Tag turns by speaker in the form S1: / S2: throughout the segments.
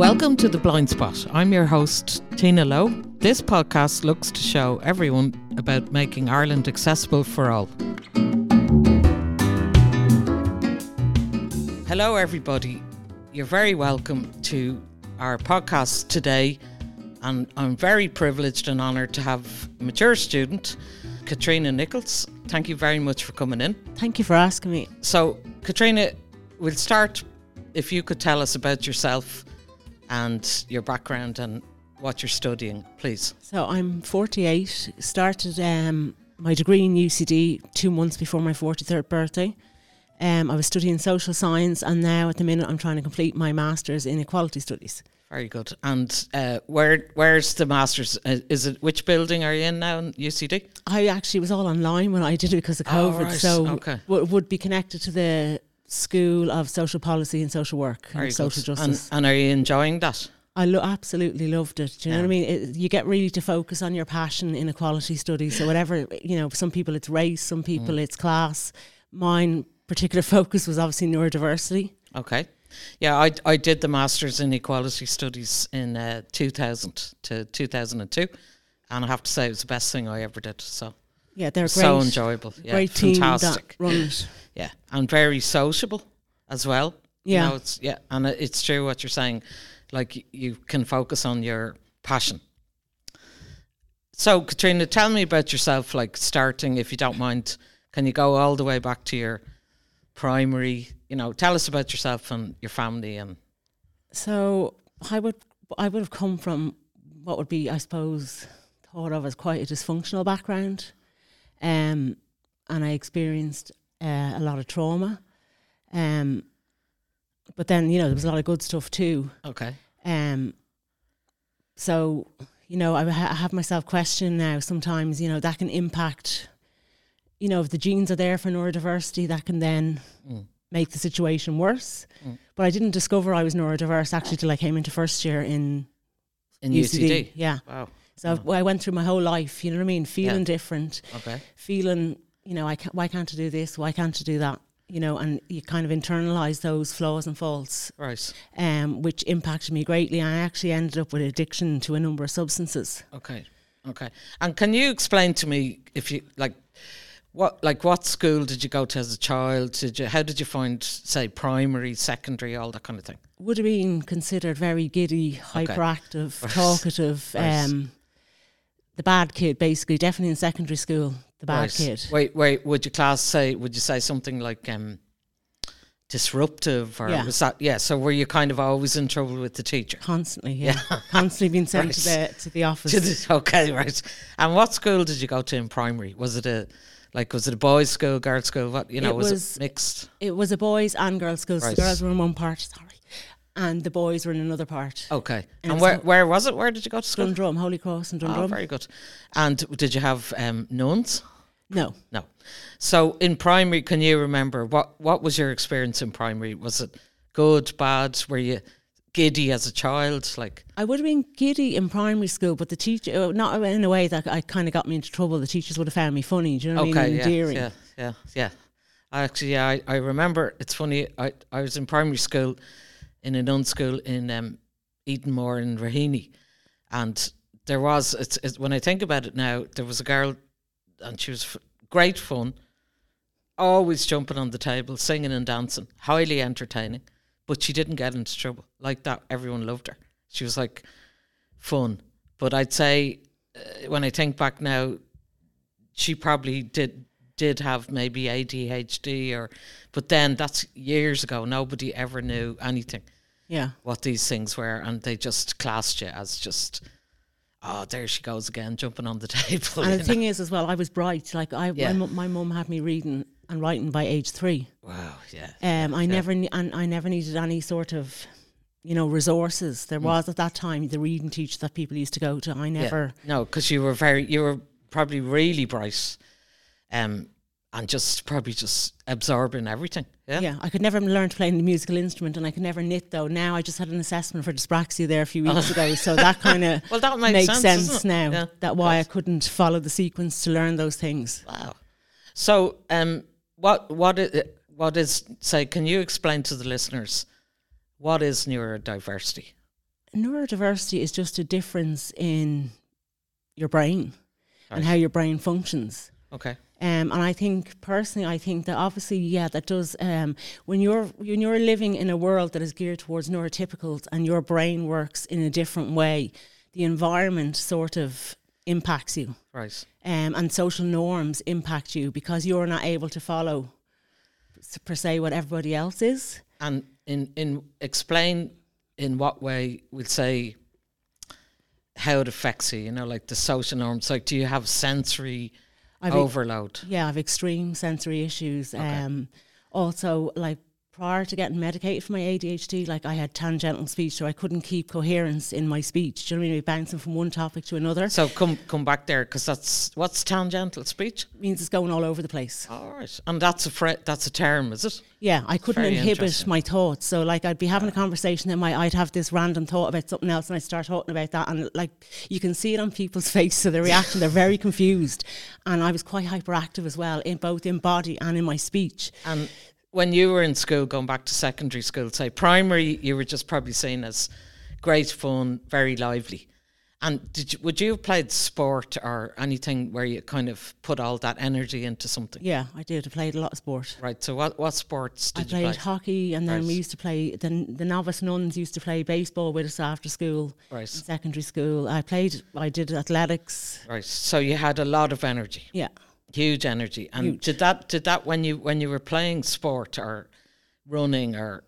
S1: Welcome to The Blind Spot. I'm your host, Tina Lowe. This podcast looks to show everyone about making Ireland accessible for all. Hello, everybody. You're very welcome to our podcast today. And I'm very privileged and honoured to have mature student Katrina Nichols. Thank you very much for coming in.
S2: Thank you for asking me.
S1: So, Katrina, we'll start if you could tell us about yourself and your background and what you're studying, please.
S2: So I'm 48. Started um, my degree in UCD two months before my 43rd birthday. Um, I was studying social science, and now at the minute I'm trying to complete my master's in equality studies.
S1: Very good. And uh, where where's the masters? Uh, Is it which building are you in now? In UCD?
S2: I actually was all online when I did it because of
S1: Oh,
S2: COVID,
S1: right.
S2: so
S1: Okay.
S2: w- would be connected to the School of Social Policy and Social Work
S1: Very
S2: and Social
S1: good.
S2: Justice.
S1: And, and are you enjoying that?
S2: I lo- absolutely loved it. Do you know what I mean? It, you get really to focus on your passion in equality studies. So whatever you know, some people it's race, some people
S1: Mm.
S2: it's class. Mine particular focus was obviously neurodiversity.
S1: Okay. Yeah, I, I did the Masters in Equality Studies in uh, 2000 to 2002. And I have to say, it was the best thing I ever did. So,
S2: Yeah, they're great.
S1: so enjoyable. Yeah,
S2: Great team
S1: fantastic.
S2: that run it.
S1: Yeah, and very sociable as well.
S2: Yeah.
S1: you know, it's, yeah, and it- it's true what you're saying. Like y- you can focus on your passion. So, Katrina, tell me about yourself. Like starting, if you don't mind, can you go all the way back to your primary? You know, tell us about yourself and your family and
S2: So I would I would have come from what would be, I suppose, thought of as quite a dysfunctional background, um, and I experienced uh, a lot of trauma. Um, but then you know there was a lot of good stuff too.
S1: okay,
S2: Um, so you know I, ha- I have myself questioning now. Sometimes you know that can impact. You know if the genes are there for neurodiversity, that can then
S1: Mm.
S2: make the situation worse.
S1: Mm.
S2: But I didn't discover I was neurodiverse actually till I came into first year in
S1: in
S2: UCD.
S1: UCD.
S2: Yeah.
S1: Wow.
S2: So I've- I went through my whole life, you know what I mean, feeling
S1: Mm. Yeah.
S2: different,
S1: Okay.
S2: feeling, you know, I ca why can't I do this? Why can't I do that? You know, and you kind of internalize those flaws and faults,
S1: Right.
S2: um, which impacted me greatly. I actually ended up with addiction to a number of substances.
S1: Okay. Okay. And can you explain to me if you like what like what school did you go to as a child? Did you how did you find say primary, secondary, all that kind of thing?
S2: Would have been considered very giddy, hyperactive, talkative,
S1: Right.
S2: um, the bad kid, basically, definitely in secondary school, the bad
S1: Right.
S2: kid.
S1: Wait, wait, would you class say would you say something like um disruptive or
S2: Yeah.
S1: was that yeah, so were you kind of always in trouble with the teacher?
S2: Constantly, yeah. Constantly being sent to, the, to the office.
S1: Did it- okay, right. And what school did you go to in primary? Was it a like was it a boys' school, girls' school? What you know,
S2: It
S1: was,
S2: was-
S1: it mixed?
S2: It was a boys and girls school.
S1: Right.
S2: So the girls were in one part, sorry, and the boys were in another part.
S1: Okay. And,
S2: And it's
S1: where
S2: not-
S1: where was it? Where did you go to school?
S2: Dundrum, Holy Cross, and
S1: Oh,
S2: Dundrum.
S1: very good. And did you have um, nuns?
S2: no,
S1: No. So in primary, can you remember what what was your experience in primary? Was it good, bad? Were you giddy as a child? Like
S2: I would have been giddy in primary school, but the teacher, uh, not in a way that I kind of got me into trouble. The teachers would have found me funny. Do you know what I mean?
S1: okay, yeah,
S2: Endearing.
S1: yeah, yeah, yeah. I Actually, yeah, I, I remember. It's funny. I I was in primary school in a nun school in um, Edenmore in Raheny, and there was it's, it's when I think about it now, there was a girl, and she was f- great fun. always jumping on the table, singing and dancing, highly entertaining. But she didn't get into trouble like that. Everyone loved her. She was like fun. But I'd say uh, when I think back now, she probably did did have maybe ADHD or, but then that's years ago. Nobody ever knew anything
S2: Yeah.
S1: what these things were, and they just classed you as just. Oh, there she goes again, jumping on the table. you
S2: And
S1: know.
S2: the thing is, as well, I was bright. Like I,
S1: Yeah.
S2: my, mum- my mum had me reading and writing by age three.
S1: wow, yeah.
S2: Um, I never ne- and I never needed any sort of, you know, resources. There was at that time the reading teacher that people used to go to. I
S1: Mm. Yeah.
S2: never.
S1: No, because you were very, you were probably really bright, um, and just probably just absorbing everything. Yeah.
S2: Yeah, I could never learn to play any musical instrument, and I could never knit. Though now I just had an assessment for dyspraxia there a few weeks ago, so that kind of
S1: Well, that makes
S2: makes
S1: sense,
S2: sense,
S1: doesn't it?
S2: now.
S1: Yeah,
S2: that why I couldn't follow the sequence to learn those things.
S1: Wow. So, um, what what is what is say? Can you explain to the listeners what is neurodiversity?
S2: neurodiversity is just a difference in your brain and
S1: Right.
S2: how your brain functions.
S1: Okay.
S2: Um, and I think personally, I think that obviously, yeah, that does. Um, when you're when you're living in a world that is geared towards neurotypicals and your brain works in a different way, the environment sort of impacts you,
S1: Right.
S2: um, and social norms impact you because you're not able to follow, s- per se, what everybody else is.
S1: And in in explain in what way we'll say how it affects you. You know, like the social norms. Like, do you have sensory
S2: I've
S1: overload?
S2: Yeah, I've extreme sensory issues. Um, also, like prior to getting medicated for my ADHD, like I had tangential speech, so I couldn't keep coherence in my speech. Do you know what I mean? I'd be Bouncing from one topic to another
S1: So come come back there because that's what's tangential speech.
S2: means it's going all over the place.
S1: All right, and that's a fra- that's a term, is it?
S2: Yeah, I couldn't
S1: Very
S2: inhibit
S1: interesting.
S2: my thoughts. So, like, I'd be having a conversation, and my I'd have this random thought about something else, and I'd start talking about that, and like, you can see it on people's face, so their reaction, they're very confused. And I was quite hyperactive as well, in both in body and in my speech.
S1: And Um, when you were in school, going back to secondary school, say primary, you were just probably seen as great fun, very lively. And did you, would you have played sport or anything where you kind of put all that energy into something?
S2: Yeah, I did. I played a lot of sport.
S1: Right. So what what sports
S2: I
S1: did
S2: played
S1: you play?
S2: hockey, and then we
S1: Right.
S2: used to play. Then the novice nuns used to play baseball with us after school, in
S1: Right.
S2: secondary school. I played. I did athletics.
S1: Right. So you had a lot of energy.
S2: Yeah,
S1: huge energy and did that did that when you when you were playing sport or running or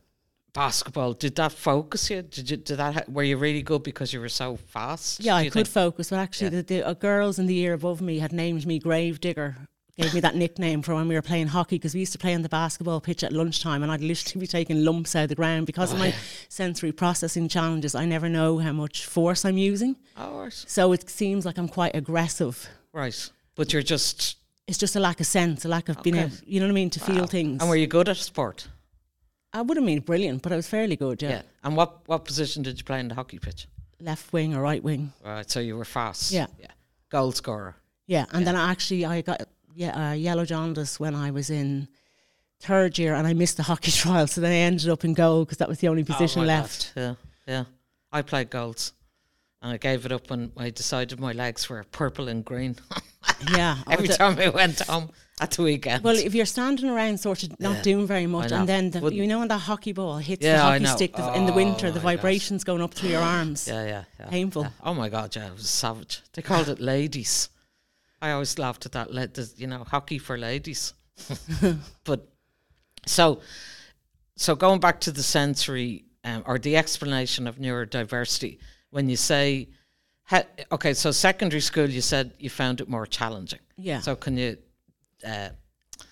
S1: basketball did that focus you did you did that ha- were you really good because you were so fast
S2: yeah.
S1: do
S2: I
S1: you
S2: could
S1: think?
S2: focus, but actually, the, the uh, girls in the year above me had named me Grave Digger. Gave me that nickname for when we were playing hockey because we used to play on the basketball pitch at lunchtime, and I'd literally be taking lumps out of the ground because
S1: Oh,
S2: of my sensory processing challenges. I never know how much force I'm using,
S1: oh, right.
S2: so it seems like I'm quite aggressive.
S1: right but you're just
S2: It's just a lack of sense, a lack of being
S1: Okay.
S2: able, you know what I mean, to feel things.
S1: uh, and were you good at sport
S2: I wouldn't mean brilliant, but I was fairly good. Yeah,
S1: and what what position did you play in the hockey pitch
S2: left wing or right wing.
S1: right so you were fast
S2: Yeah.
S1: yeah goal scorer
S2: Yeah, and then I actually I got yeah uh, yellow jaundice when I was in third year, and I missed the hockey trial, so then I ended up in goal because that was the only position
S1: Oh, my God.
S2: left.
S1: yeah yeah I played goals and I gave it up when I decided my legs were purple and green
S2: Yeah, I
S1: every
S2: was a-
S1: time I went home at the weekend
S2: Well, if you're standing around, sort of not doing very much,
S1: know.
S2: and then the,
S1: Wouldn't-
S2: you know when that hockey ball hits
S1: Yeah,
S2: the
S1: I
S2: hockey
S1: know.
S2: stick the, in the winter,
S1: Oh
S2: the
S1: my God.
S2: vibrations going up through your arms.
S1: Yeah, yeah, yeah.
S2: Painful.
S1: Yeah. Oh my god, yeah, it was savage. They called it ladies. I always laughed at that. Let you know, hockey for ladies. but so, so going back to the sensory um, or the explanation of neurodiversity, when you say, ha- okay, so secondary school, you said you found it more challenging.
S2: Yeah.
S1: So can you? Uh,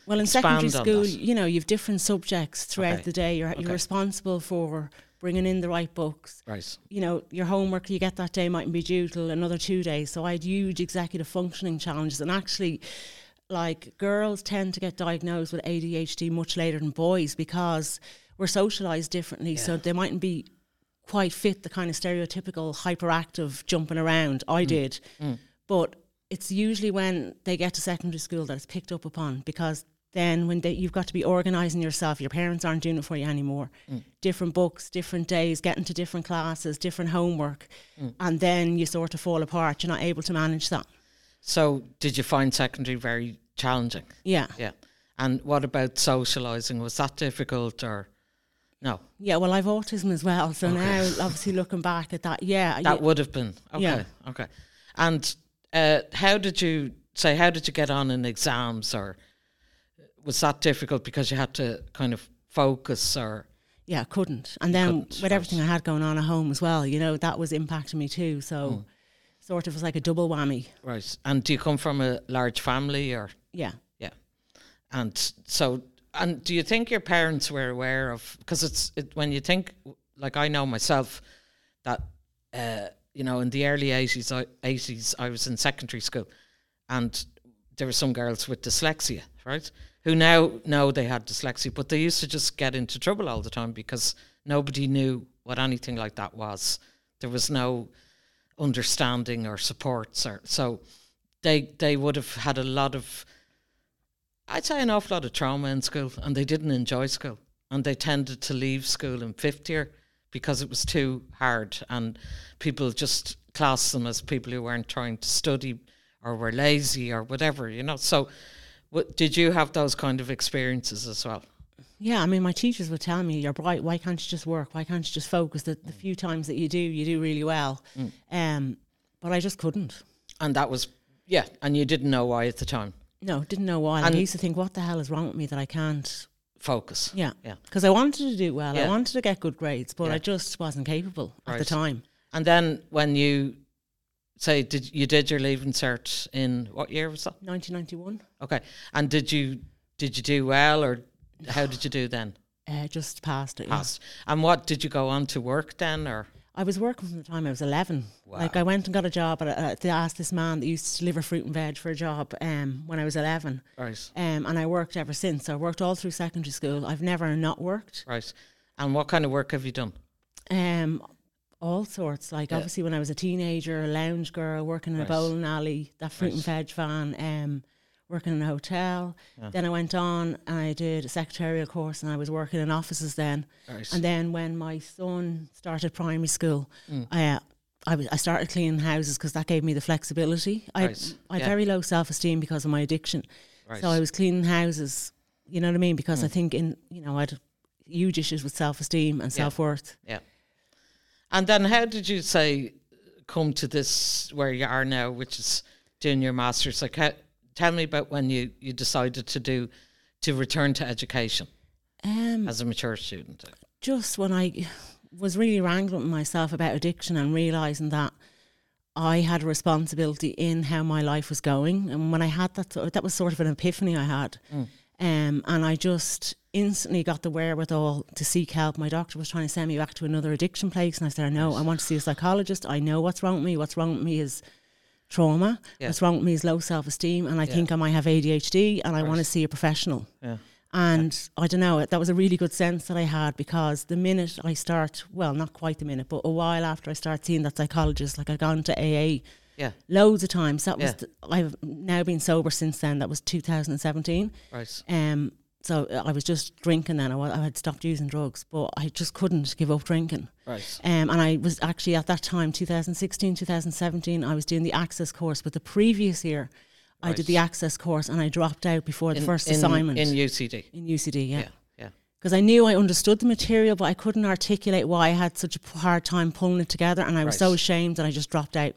S2: Well, in
S1: Expand on
S2: secondary school,
S1: that.
S2: you know, you've different subjects throughout
S1: Okay.
S2: the day. You're, you're
S1: Okay.
S2: responsible for bringing in the right books.
S1: right.
S2: You know, your homework you get that day mightn't be due till another two days. So I had huge executive functioning challenges. And actually, like, girls tend to get diagnosed with ADHD much later than boys because we're socialized differently. So they mightn't be quite fit the kind of stereotypical hyperactive jumping around I did. But it's usually when they get to secondary school that it's picked up upon because then when they, you've got to be organising yourself, your parents aren't doing it for you anymore. Different books, different days, getting to different classes, different homework, and then you sort of fall apart. You're not able to manage that.
S1: So did you find secondary very challenging?
S2: Yeah,
S1: Yeah. And what about socializing? Was that difficult or? No,
S2: yeah. Well, I've autism as well, so now obviously looking back at that, yeah,
S1: That
S2: yeah.
S1: would have been okay.
S2: Yeah.
S1: Okay. And uh, how did you say? How did you get on in exams, or was that difficult because you had to kind of focus? Or
S2: Yeah, couldn't. And then
S1: couldn't,
S2: with
S1: right.
S2: everything I had going on at home as well, you know, that was impacting me too. So
S1: Hmm.
S2: sort of was like a double whammy.
S1: right? And do you come from a large family, or
S2: Yeah.
S1: yeah? And so, and do you think your parents were aware of? Because it's it, when you think, like I know myself, that uh, you know, in the early eighties, eighties, I was in secondary school, and there were some girls with dyslexia, right? Who now know they had dyslexia, but they used to just get into trouble all the time because nobody knew what anything like that was. There was no understanding or supports, or so they they would have had a lot of, I'd say, an awful lot of trauma in school, and they didn't enjoy school, and they tended to leave school in fifth year because it was too hard, and people just classed them as people who weren't trying to study or were lazy or whatever, you know. So, what, did you have those kind of experiences as well?
S2: Yeah, I mean, my teachers would tell me, "You're bright. Why can't you just work? Why can't you just focus? The,
S1: Hmm.
S2: the few times that you do, you do really well." Um, but I just couldn't.
S1: And that was yeah, and you didn't know why at the time.
S2: No, didn't know why. And I used to think, "What the hell is wrong with me that I can't?"
S1: Focus.
S2: Yeah,
S1: Yeah.
S2: Because I wanted to do well.
S1: Yeah.
S2: I wanted to get good grades, but
S1: Yeah.
S2: I just wasn't capable at the
S1: Right.
S2: time.
S1: And then when you say did you did your leaving cert in what year was that?
S2: 1991,
S1: Okay. And did you did you do well or how did you do then?
S2: uh, just passed it. yeah.
S1: Passed. And what did you go on to work then or
S2: I was working from the time I was 11.
S1: Wow.
S2: Like I went and got a job. At a, they asked this man that used to deliver fruit and veg for a job um, when I was 11.
S1: right.
S2: Um, and I worked ever since. I worked all through secondary school. I've never not worked.
S1: Right. And what kind of work have you done?
S2: Um, all sorts. Like obviously when I was a teenager, a lounge girl, working in
S1: Right.
S2: a bowling alley, that fruit and veg van, um, working in a hotel. Then I went on and I did a secretarial course and I was working in offices then.
S1: Right.
S2: And then when my son started primary school,
S1: Mm.
S2: I, uh, I, w- I started cleaning houses because that gave me the flexibility. I,
S1: Right,
S2: I had
S1: yeah.
S2: very low self esteem because of my addiction.
S1: Right. Mm.
S2: So I was cleaning houses, you know what I mean? Because I think in, you know, I had huge issues with self esteem and
S1: Yeah.
S2: self worth.
S1: yeah. And then how did you say come to this where you are now, which is doing your masters? Like how, tell me about when you, you decided to do to return to education
S2: Um,
S1: as a mature student.
S2: just when I was really wrangling with myself about addiction and realizing that I had a responsibility in how my life was going, and when I had that, sort- that was sort of an epiphany I had, um, and I just instantly got the wherewithal to seek help. My doctor was trying to send me back to another addiction place, and I said, "No, I want to see a psychologist. I know what's wrong with me. What's wrong with me is." Trauma.
S1: Yeah.
S2: What's wrong with me is low self esteem, and I think I might have ADHD, and I want to see a professional.
S1: Yeah.
S2: And I don't know, that was a really good sense that I had because the minute I start, well, not quite the minute, but a while after I start seeing that psychologist, like I've gone to AA
S1: Yeah.
S2: loads of times. That was,
S1: Yeah.
S2: th- I've now been sober since then. That was 2017.
S1: Right.
S2: Um, so I was just drinking then. I, wa- I had stopped using drugs, but I just couldn't give up drinking.
S1: Right.
S2: Um, and I was actually at that time, 2016, 2017, I was doing the access course. But the previous year, I
S1: Right.
S2: did the access course and I dropped out before the
S1: In-
S2: first
S1: in-
S2: assignment
S1: in
S2: in,
S1: UCD.
S2: UCD.
S1: Yeah.
S2: yeah
S1: Yeah.
S2: because I knew I understood the material, but I couldn't articulate why I had such a p- hard time pulling it together. And I was
S1: Right.
S2: so ashamed that I just dropped out.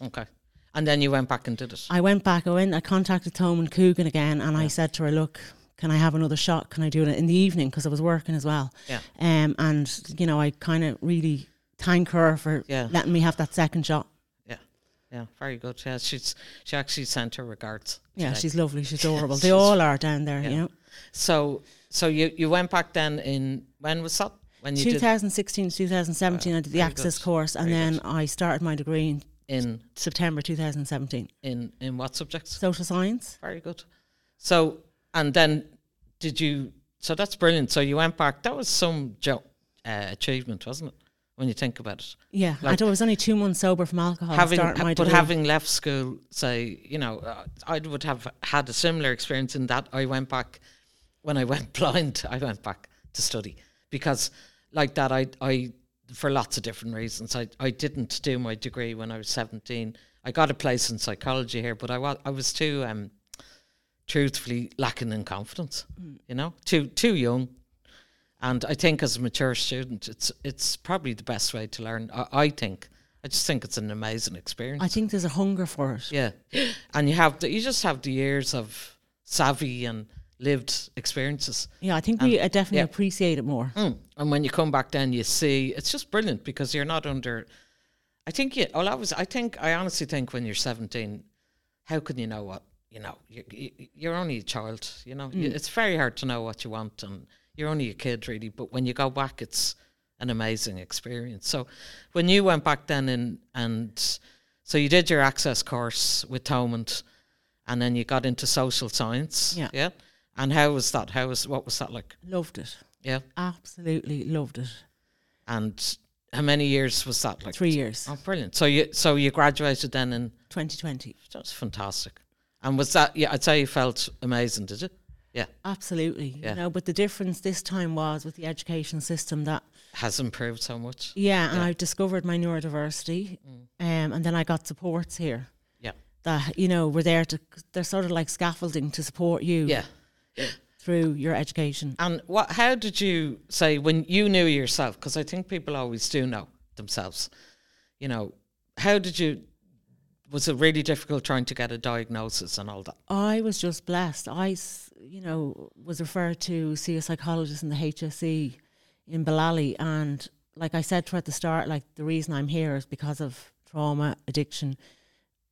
S1: Okay. And then you went back and did it.
S2: I went back, I went, I contacted Tom and Coogan again, and I said to her, Look, can I have another shot? Can I do it in the evening? Because I was working as well.
S1: Yeah.
S2: Um, and, you know, I kind of really thank her for
S1: Yeah.
S2: letting me have that second shot.
S1: Yeah. Yeah. Very good. Yeah. She's she actually sent her regards.
S2: Yeah,
S1: today.
S2: she's lovely. She's adorable. they
S1: she's-
S2: all are down there,
S1: yeah.
S2: you know.
S1: So so you you went back then in when was that? When you did
S2: 2016 2017, I did the
S1: very
S2: access
S1: good,
S2: course, and
S1: very
S2: then
S1: good.
S2: I started my degree in
S1: in
S2: September 2017.
S1: in in what subjects?
S2: Social science.
S1: Very good. So and then did you? So that's brilliant. So you went back. That was some jo- uh, achievement, wasn't it? When you think about it.
S2: Yeah, I
S1: Like-
S2: thought I was only two months sober from alcohol.
S1: having
S2: starting my
S1: but
S2: degree.
S1: having left school say you know uh, i would have had a similar experience in that i went back when i went blind i went back to study because like that i i for lots of different reasons i i didn't do my degree when i was 17 i got a place in psychology here but i was i was too um truthfully lacking in confidence you know too too young and I think as a mature student, it's it's probably the best way to learn. I, I think. I just think it's an amazing experience.
S2: I think there's a hunger for it.
S1: yeah, and you have the, you just have the years of savvy and lived experiences.
S2: Yeah, I think we uh, definitely
S1: yeah.
S2: appreciate it more.
S1: Mm. And when you come back, then you see it's just brilliant because you're not under. I think you. Well, I was. I think I honestly think when you're 17, how can you know what you know? You, you, you're only a child. You know, You- it's very hard to know what you want, and you're only a kid really. But when you go back, it's an amazing experience. So, when you went back then, and and so you did your access course with Thomond, and then you got into social science.
S2: Yeah.
S1: Yeah. And how was that? How was what was that like?
S2: Loved it.
S1: Yeah.
S2: Absolutely loved it.
S1: And how many years was that? Like
S2: Three years,
S1: Oh, brilliant! So you so you graduated then, and
S2: 2020.
S1: that was fantastic. And was that? Yeah, I'd say you felt amazing, did you? Yeah.
S2: Absolutely.
S1: Yeah.
S2: You know, but the difference this time was with the education system that
S1: Has improved so much.
S2: yeah, and
S1: Yeah. Mm.
S2: I discovered my neurodiversity, um, and then I got supports here.
S1: Yeah.
S2: That you know were there to they're sort of like scaffolding to support you
S1: Yeah.
S2: through your education.
S1: And what? How did you say when you knew yourself? Because I think people always do know themselves. You know, how did you? Was it really difficult trying to get a diagnosis and all that?
S2: I was just blessed. I s- you know was referred to see a psychologist in the HSE in Ballally, and like I said to her at the start, like the reason I'm here is because of trauma, addiction,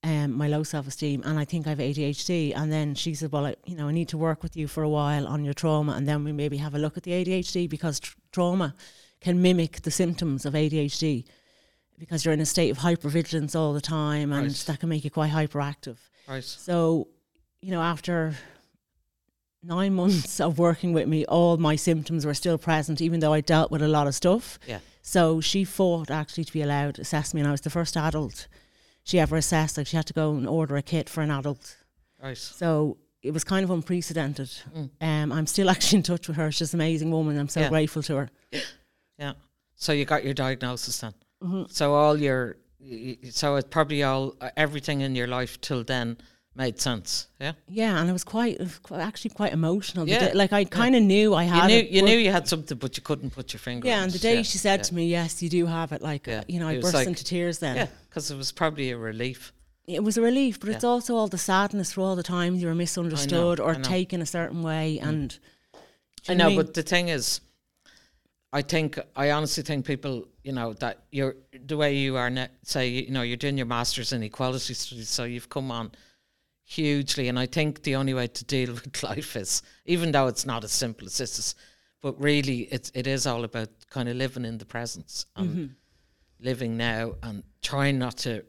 S2: um, my low self esteem, and I think I have ADHD. And then she said, Well, I, you know, I need to work with you for a while on your trauma, and then we maybe have a look at the ADHD because tr- trauma can mimic the symptoms of ADHD because you're in a state of hypervigilance all the time, and
S1: Right.
S2: that can make you quite hyperactive.
S1: Right.
S2: So, you know, after nine months of working with me, all my symptoms were still present, even though I dealt with a lot of stuff.
S1: Yeah.
S2: So she fought actually to be allowed to assess me, and I was the first adult she ever assessed. Like she had to go and order a kit for an adult.
S1: Right.
S2: So it was kind of unprecedented.
S1: Mm.
S2: Um, I'm still actually in touch with her. She's an amazing woman. I'm so
S1: Yeah.
S2: grateful to her.
S1: Yeah. So you got your diagnosis then.
S2: Mm-hmm.
S1: So all your, y- y- so it probably all uh, everything in your life till then made sense. Yeah.
S2: Yeah, and it was quite, it was qu- actually quite emotional. The
S1: Yeah.
S2: day- Like I kind of knew I
S1: You
S2: had
S1: knew
S2: it,
S1: you
S2: but-
S1: knew you had something, but you couldn't put your finger.
S2: Yeah,
S1: on
S2: and
S1: it.
S2: the day
S1: Yeah,
S2: she said
S1: yeah.
S2: to me, "Yes, you do have it," like
S1: Yeah.
S2: you know, I
S1: It was
S2: burst
S1: like-
S2: into tears. Then
S1: Yeah, because it was probably a relief.
S2: it was a relief, but
S1: Yeah.
S2: it's also all the sadness for all the times you were misunderstood or
S1: I know. Mm.
S2: taken a certain way, and do you
S1: I know,
S2: what mean?
S1: but the thing is, I think I honestly think people, you know, that you're the way you are. now. say, you know, you're doing your masters in equality studies, so you've come on hugely. And I think the only way to deal with life is, even though it's not as simple as this is, but really, it's it is all about kind of living in the presence and
S2: Mm-hmm.
S1: living now and trying not to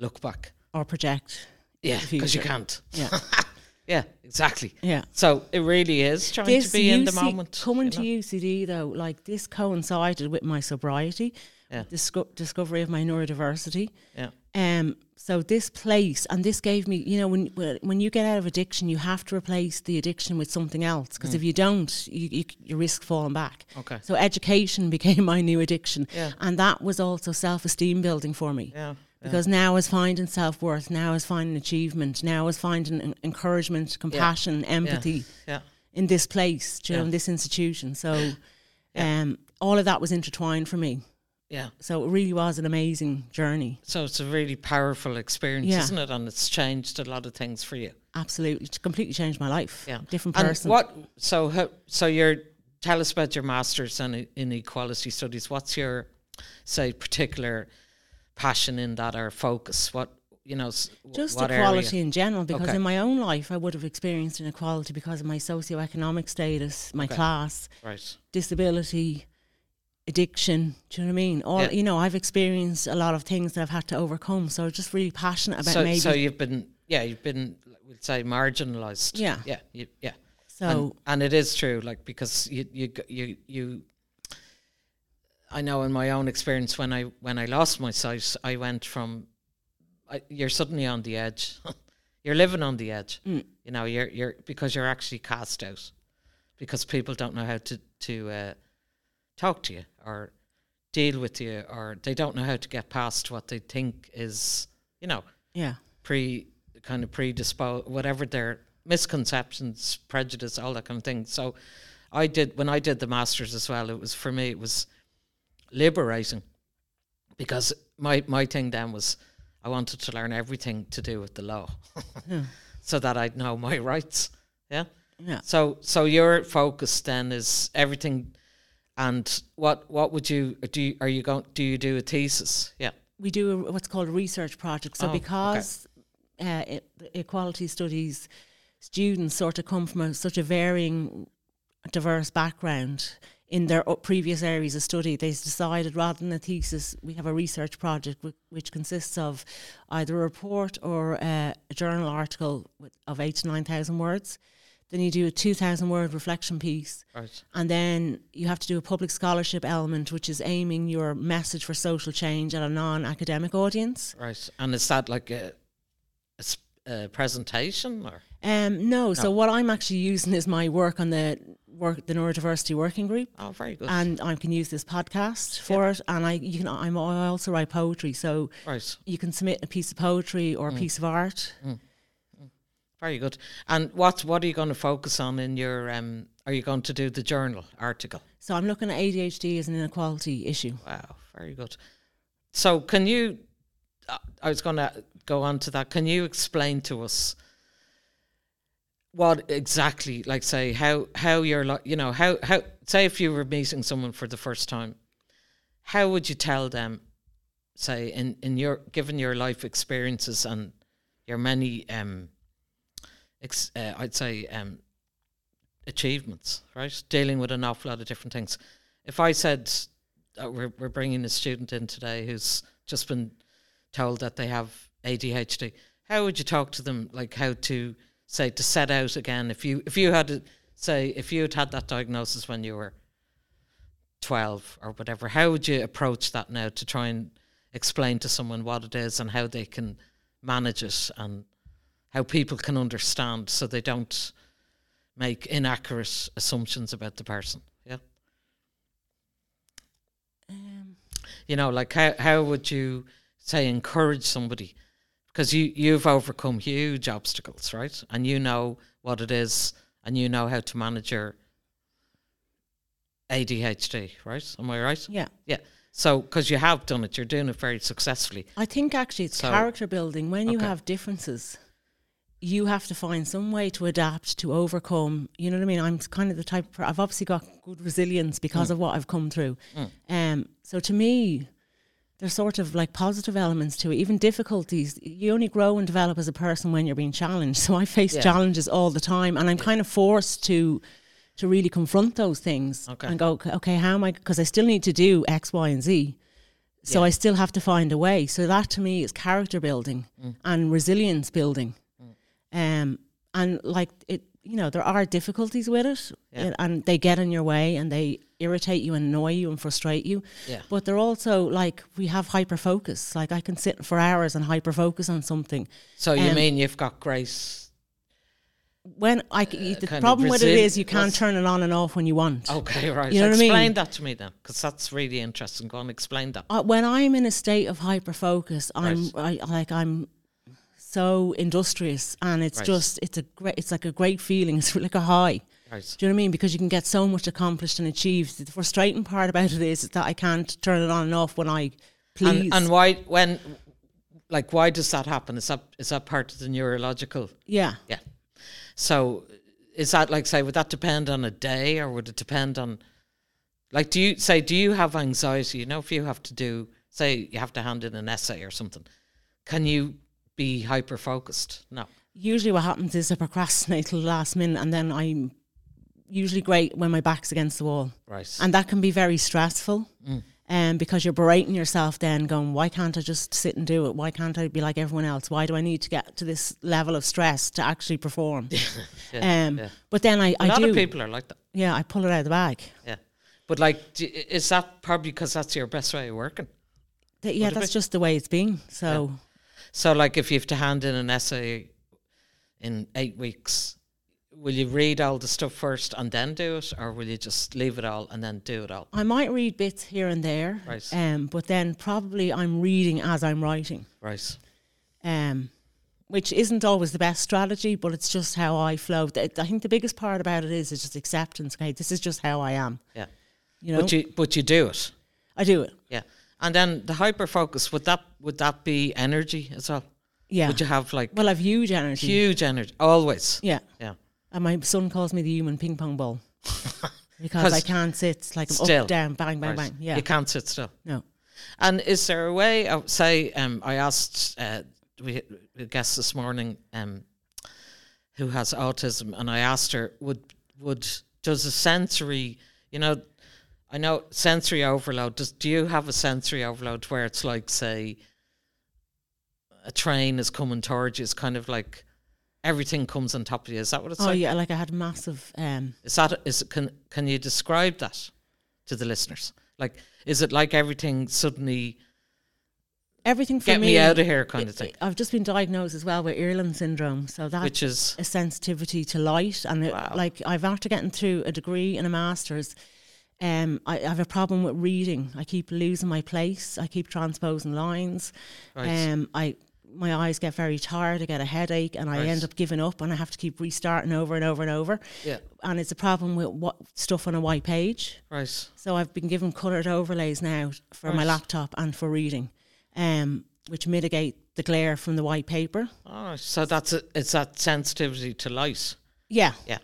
S1: look back.
S2: or project.
S1: Yeah,
S2: the
S1: because you
S2: future.
S1: can't.
S2: Yeah,
S1: Yeah, exactly.
S2: yeah.
S1: So it really is trying to be in the
S2: UC
S1: moment.
S2: Coming
S1: you know?
S2: to UCD though, like this coincided with my sobriety,
S1: Yeah.
S2: disco- discovery of my neurodiversity.
S1: Yeah.
S2: Um, so this place and this gave me, you know, when when- when you get out of addiction, you have to replace the addiction with something else because if you don't, you, you you risk falling back.
S1: Mm. Okay.
S2: So education became my new addiction,
S1: Yeah.
S2: and that was also self esteem building for me
S1: Yeah. yeah.
S2: because now is finding self worth, now is finding achievement, now is finding en- encouragement, compassion, empathy
S1: Yeah.
S2: in this place, do you know,
S1: Yeah.
S2: in this institution. So, um, all of that was intertwined for me.
S1: Yeah.
S2: So it really was an amazing journey.
S1: So it's a really powerful experience,
S2: Yeah.
S1: isn't it? And it's changed a lot of things for you.
S2: Absolutely, It's completely changed my life.
S1: Yeah.
S2: different
S1: And
S2: person.
S1: what? So ho- so you're tell us about your masters in e- in equality studies. What's your say particular passion in that or focus? What you know? s- wh-
S2: just
S1: what
S2: equality
S1: Area?
S2: in general, because
S1: Okay.
S2: in my own life I would have experienced inequality because of my socioeconomic status, my
S1: Okay.
S2: class,
S1: Right.
S2: disability, addiction. Do you know what I mean? All
S1: Yeah.
S2: you know, I've experienced a lot of things that I've had to overcome. So just really passionate about
S1: so
S2: maybe.
S1: so
S2: So,
S1: you've been yeah you've been like, we'll say marginalized.
S2: Yeah.
S1: Yeah. You, yeah. and, and it is true like because you you g- you you I know in my own experience when I when I lost my sight I went from I, you're suddenly on the edge you're living on the edge you know you're you're because you're actually cast out because people don't know how to to uh, talk to you or deal with you or they don't know how to get past what they think is you know
S2: yeah,
S1: pre kind of predispose whatever their misconceptions, prejudice, all that kind of thing. So I did when I did the masters as well, it was for me it was liberating because my my thing then was I wanted to learn everything to do with the law. so that I'd know my rights. Yeah.
S2: yeah.
S1: So so your focus then is everything and what what would you do you, are you going do you do a thesis? Yeah.
S2: we do a, what's called a research project. So
S1: Oh, okay.
S2: because uh, e- equality studies students sort of come from a, such a varying, diverse background in their o- previous areas of study, they s- decided rather than a thesis, we have a research project whi- which consists of either a report or uh, a journal article with, of eight to nine thousand words. Then you do a two thousand word reflection piece,
S1: Right.
S2: and then you have to do a public scholarship element, which is aiming your message for social change at a non academic audience.
S1: Right, and is that like a, a, s- a presentation or
S2: Um, no, so what I'm actually using is my work on the work the neurodiversity working group,
S1: Oh, very good.
S2: and I can use this podcast for it. And I you can I'm I also write poetry, so
S1: right.
S2: you can submit a piece of poetry or a piece of art.
S1: Very good. And what what are you going to focus on in your? Um, are you going to do the journal article?
S2: So I'm looking at ADHD as an inequality issue.
S1: Wow, very good. So, can you? uh, I was going to go on to that. Can you explain to us what exactly, like, say, how how you're like, you know, how how say if you were meeting someone for the first time, how would you tell them, say, in in your given your life experiences and your many um, ex, uh, I'd say um, achievements, right? Dealing with an awful lot of different things. If I said uh, we're we're bringing a student in today who's just been told that they have ADHD, how would you talk to them? Like how to say to set out again if you if you had to say if you had had that diagnosis when you were twelve or whatever, how would you approach that now to try and explain to someone what it is and how they can manage it and how people can understand so they don't make inaccurate assumptions about the person. Yeah.
S2: Um,
S1: You know, like how, how would you say encourage somebody? Because you, you've overcome huge obstacles, right? And you know what it is and you know how to manage your ADHD, right? Am I right?
S2: yeah,
S1: Yeah. So, because you have done it, you're doing it very successfully.
S2: I think actually it's
S1: So-
S2: character building. When you
S1: Okay.
S2: have differences, you have to find some way to adapt to overcome. You know what I mean? I'm kind of the type. Of, I've obviously got good resilience
S1: Mm.
S2: because of what I've come through. Um, so to me, there's sort of like positive elements to it. Even difficulties, you only grow and develop as a person when you're being challenged. So I face
S1: Yeah.
S2: challenges all the time, and I'm kind of forced to to really confront those things
S1: Okay.
S2: and go, "Okay, okay, how am I? Because I still need to do X, Y, and Z. So I still have to find a way. So that to me is character building
S1: Mm.
S2: and resilience building. Um, and like it, you know, there are difficulties with it,
S1: Yeah.
S2: and they get in your way, and they irritate you, and annoy you, and frustrate you.
S1: Yeah.
S2: But they're also like we have hyper focus. Like I can sit for hours and hyper focus on something.
S1: So, you
S2: Um,
S1: mean you've got grace?
S2: When I c
S1: Uh, kind
S2: the
S1: of
S2: problem with it
S1: resil-
S2: is you can't
S1: what's-
S2: turn it on and off when you want.
S1: Okay, right.
S2: You know what I
S1: explain
S2: mean?
S1: that to me then, because that's really interesting. Go on, explain that.
S2: uh, when I'm in a state of hyper focus, I'm I, like I'm so industrious, and it's
S1: Right.
S2: just it's a great it's like a great feeling. It's like a high.
S1: Right.
S2: Do you know what I mean? Because you can get so much accomplished and achieved. The frustrating part about it is that I can't turn it on and off when I please.
S1: And, and why when like why does that happen? Is that is that part of the neurological?
S2: yeah.
S1: Yeah. So is that like say would that depend on a day or would it depend on like do you say do you have anxiety? You know if you have to do say you have to hand in an essay or something, can you be hyper focused? No.
S2: Usually, what happens is I procrastinate till the last minute, and then I'm usually great when my back's against the wall.
S1: Right.
S2: And that can be very stressful
S1: Mm.
S2: um, because you're berating yourself then, going, why can't I just sit and do it? Why can't I be like everyone else? Why do I need to get to this level of stress to actually perform? um,
S1: yeah.
S2: But then I,
S1: a
S2: I
S1: lot
S2: do.
S1: of people are like that.
S2: yeah, I pull it out of the bag.
S1: Yeah. But like do, is that probably because that's your best way of working?
S2: Th- yeah, that's just the way it's been. So,
S1: So, like, if you have to hand in an essay in eight weeks, will you read all the stuff first and then do it, or will you just leave it all and then do it all?
S2: I might read bits here and there,
S1: Right.
S2: um, but then probably I'm reading as I'm writing.
S1: Right.
S2: um, which isn't always the best strategy, but it's just how I flow. Th- I think the biggest part about it is is just acceptance. Okay, this is just how I am.
S1: Yeah.
S2: You know,
S1: But you but you do it.
S2: I do it.
S1: Yeah. And then the hyper focus would that would that be energy as well?
S2: Yeah.
S1: Would you have like
S2: Well, I've huge energy.
S1: huge energy always?
S2: Yeah,
S1: Yeah.
S2: and my son calls me the human ping pong ball because I
S1: 'Cause
S2: can't sit. It's like I'm
S1: still.
S2: up, down, bang, bang,
S1: Right.
S2: bang. Yeah.
S1: You can't sit still.
S2: No.
S1: And is there a way of say? Um, I asked uh, we a guest this morning um, who has autism, and I asked her, would would does a sensory, you know, I know sensory overload. Does do you have a sensory overload where it's like say a train is coming towards you? It's kind of like everything comes on top of you. Is that what it's
S2: Oh
S1: like?
S2: yeah, like I had massive. Um,
S1: Is that is it, can can you describe that to the listeners? Like, is it like everything suddenly?
S2: everything for
S1: Get me out of here kind of thing.
S2: I've just been diagnosed as well with Irlen syndrome, so that
S1: Which is
S2: a sensitivity to light and it,
S1: Wow.
S2: like I've after getting through a degree and a master's um, I, I have a problem with reading. I keep losing my place. I keep transposing lines.
S1: right.
S2: Um, I my eyes get very tired. I get a headache, and I
S1: Right.
S2: end up giving up, and I have to keep restarting over and over and over.
S1: yeah.
S2: And it's a problem with what stuff on a white page.
S1: Right.
S2: So I've been given coloured overlays now for my
S1: Right.
S2: laptop and for reading, um, which mitigate the glare from the white paper.
S1: Oh, so that's a, it's that sensitivity to light.
S2: Yeah,
S1: Yeah.